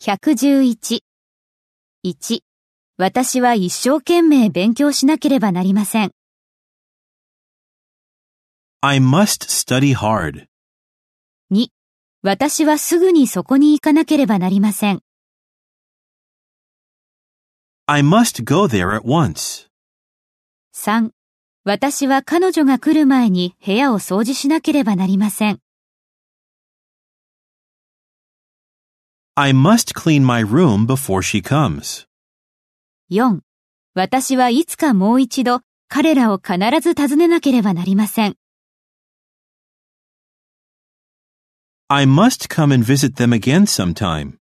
111。1. 私は一生懸命勉強しなければなりません。 I must study hard. 2. 私はすぐにそこに行かなければなりません。 I must go there at once. 3. 私は彼女が来る前に部屋を掃除しなければなりません。 I must clean my room before she comes. 4. 私はいつかもう一度彼らを必ず訪ねなければなりません。 I must come and visit them again sometime.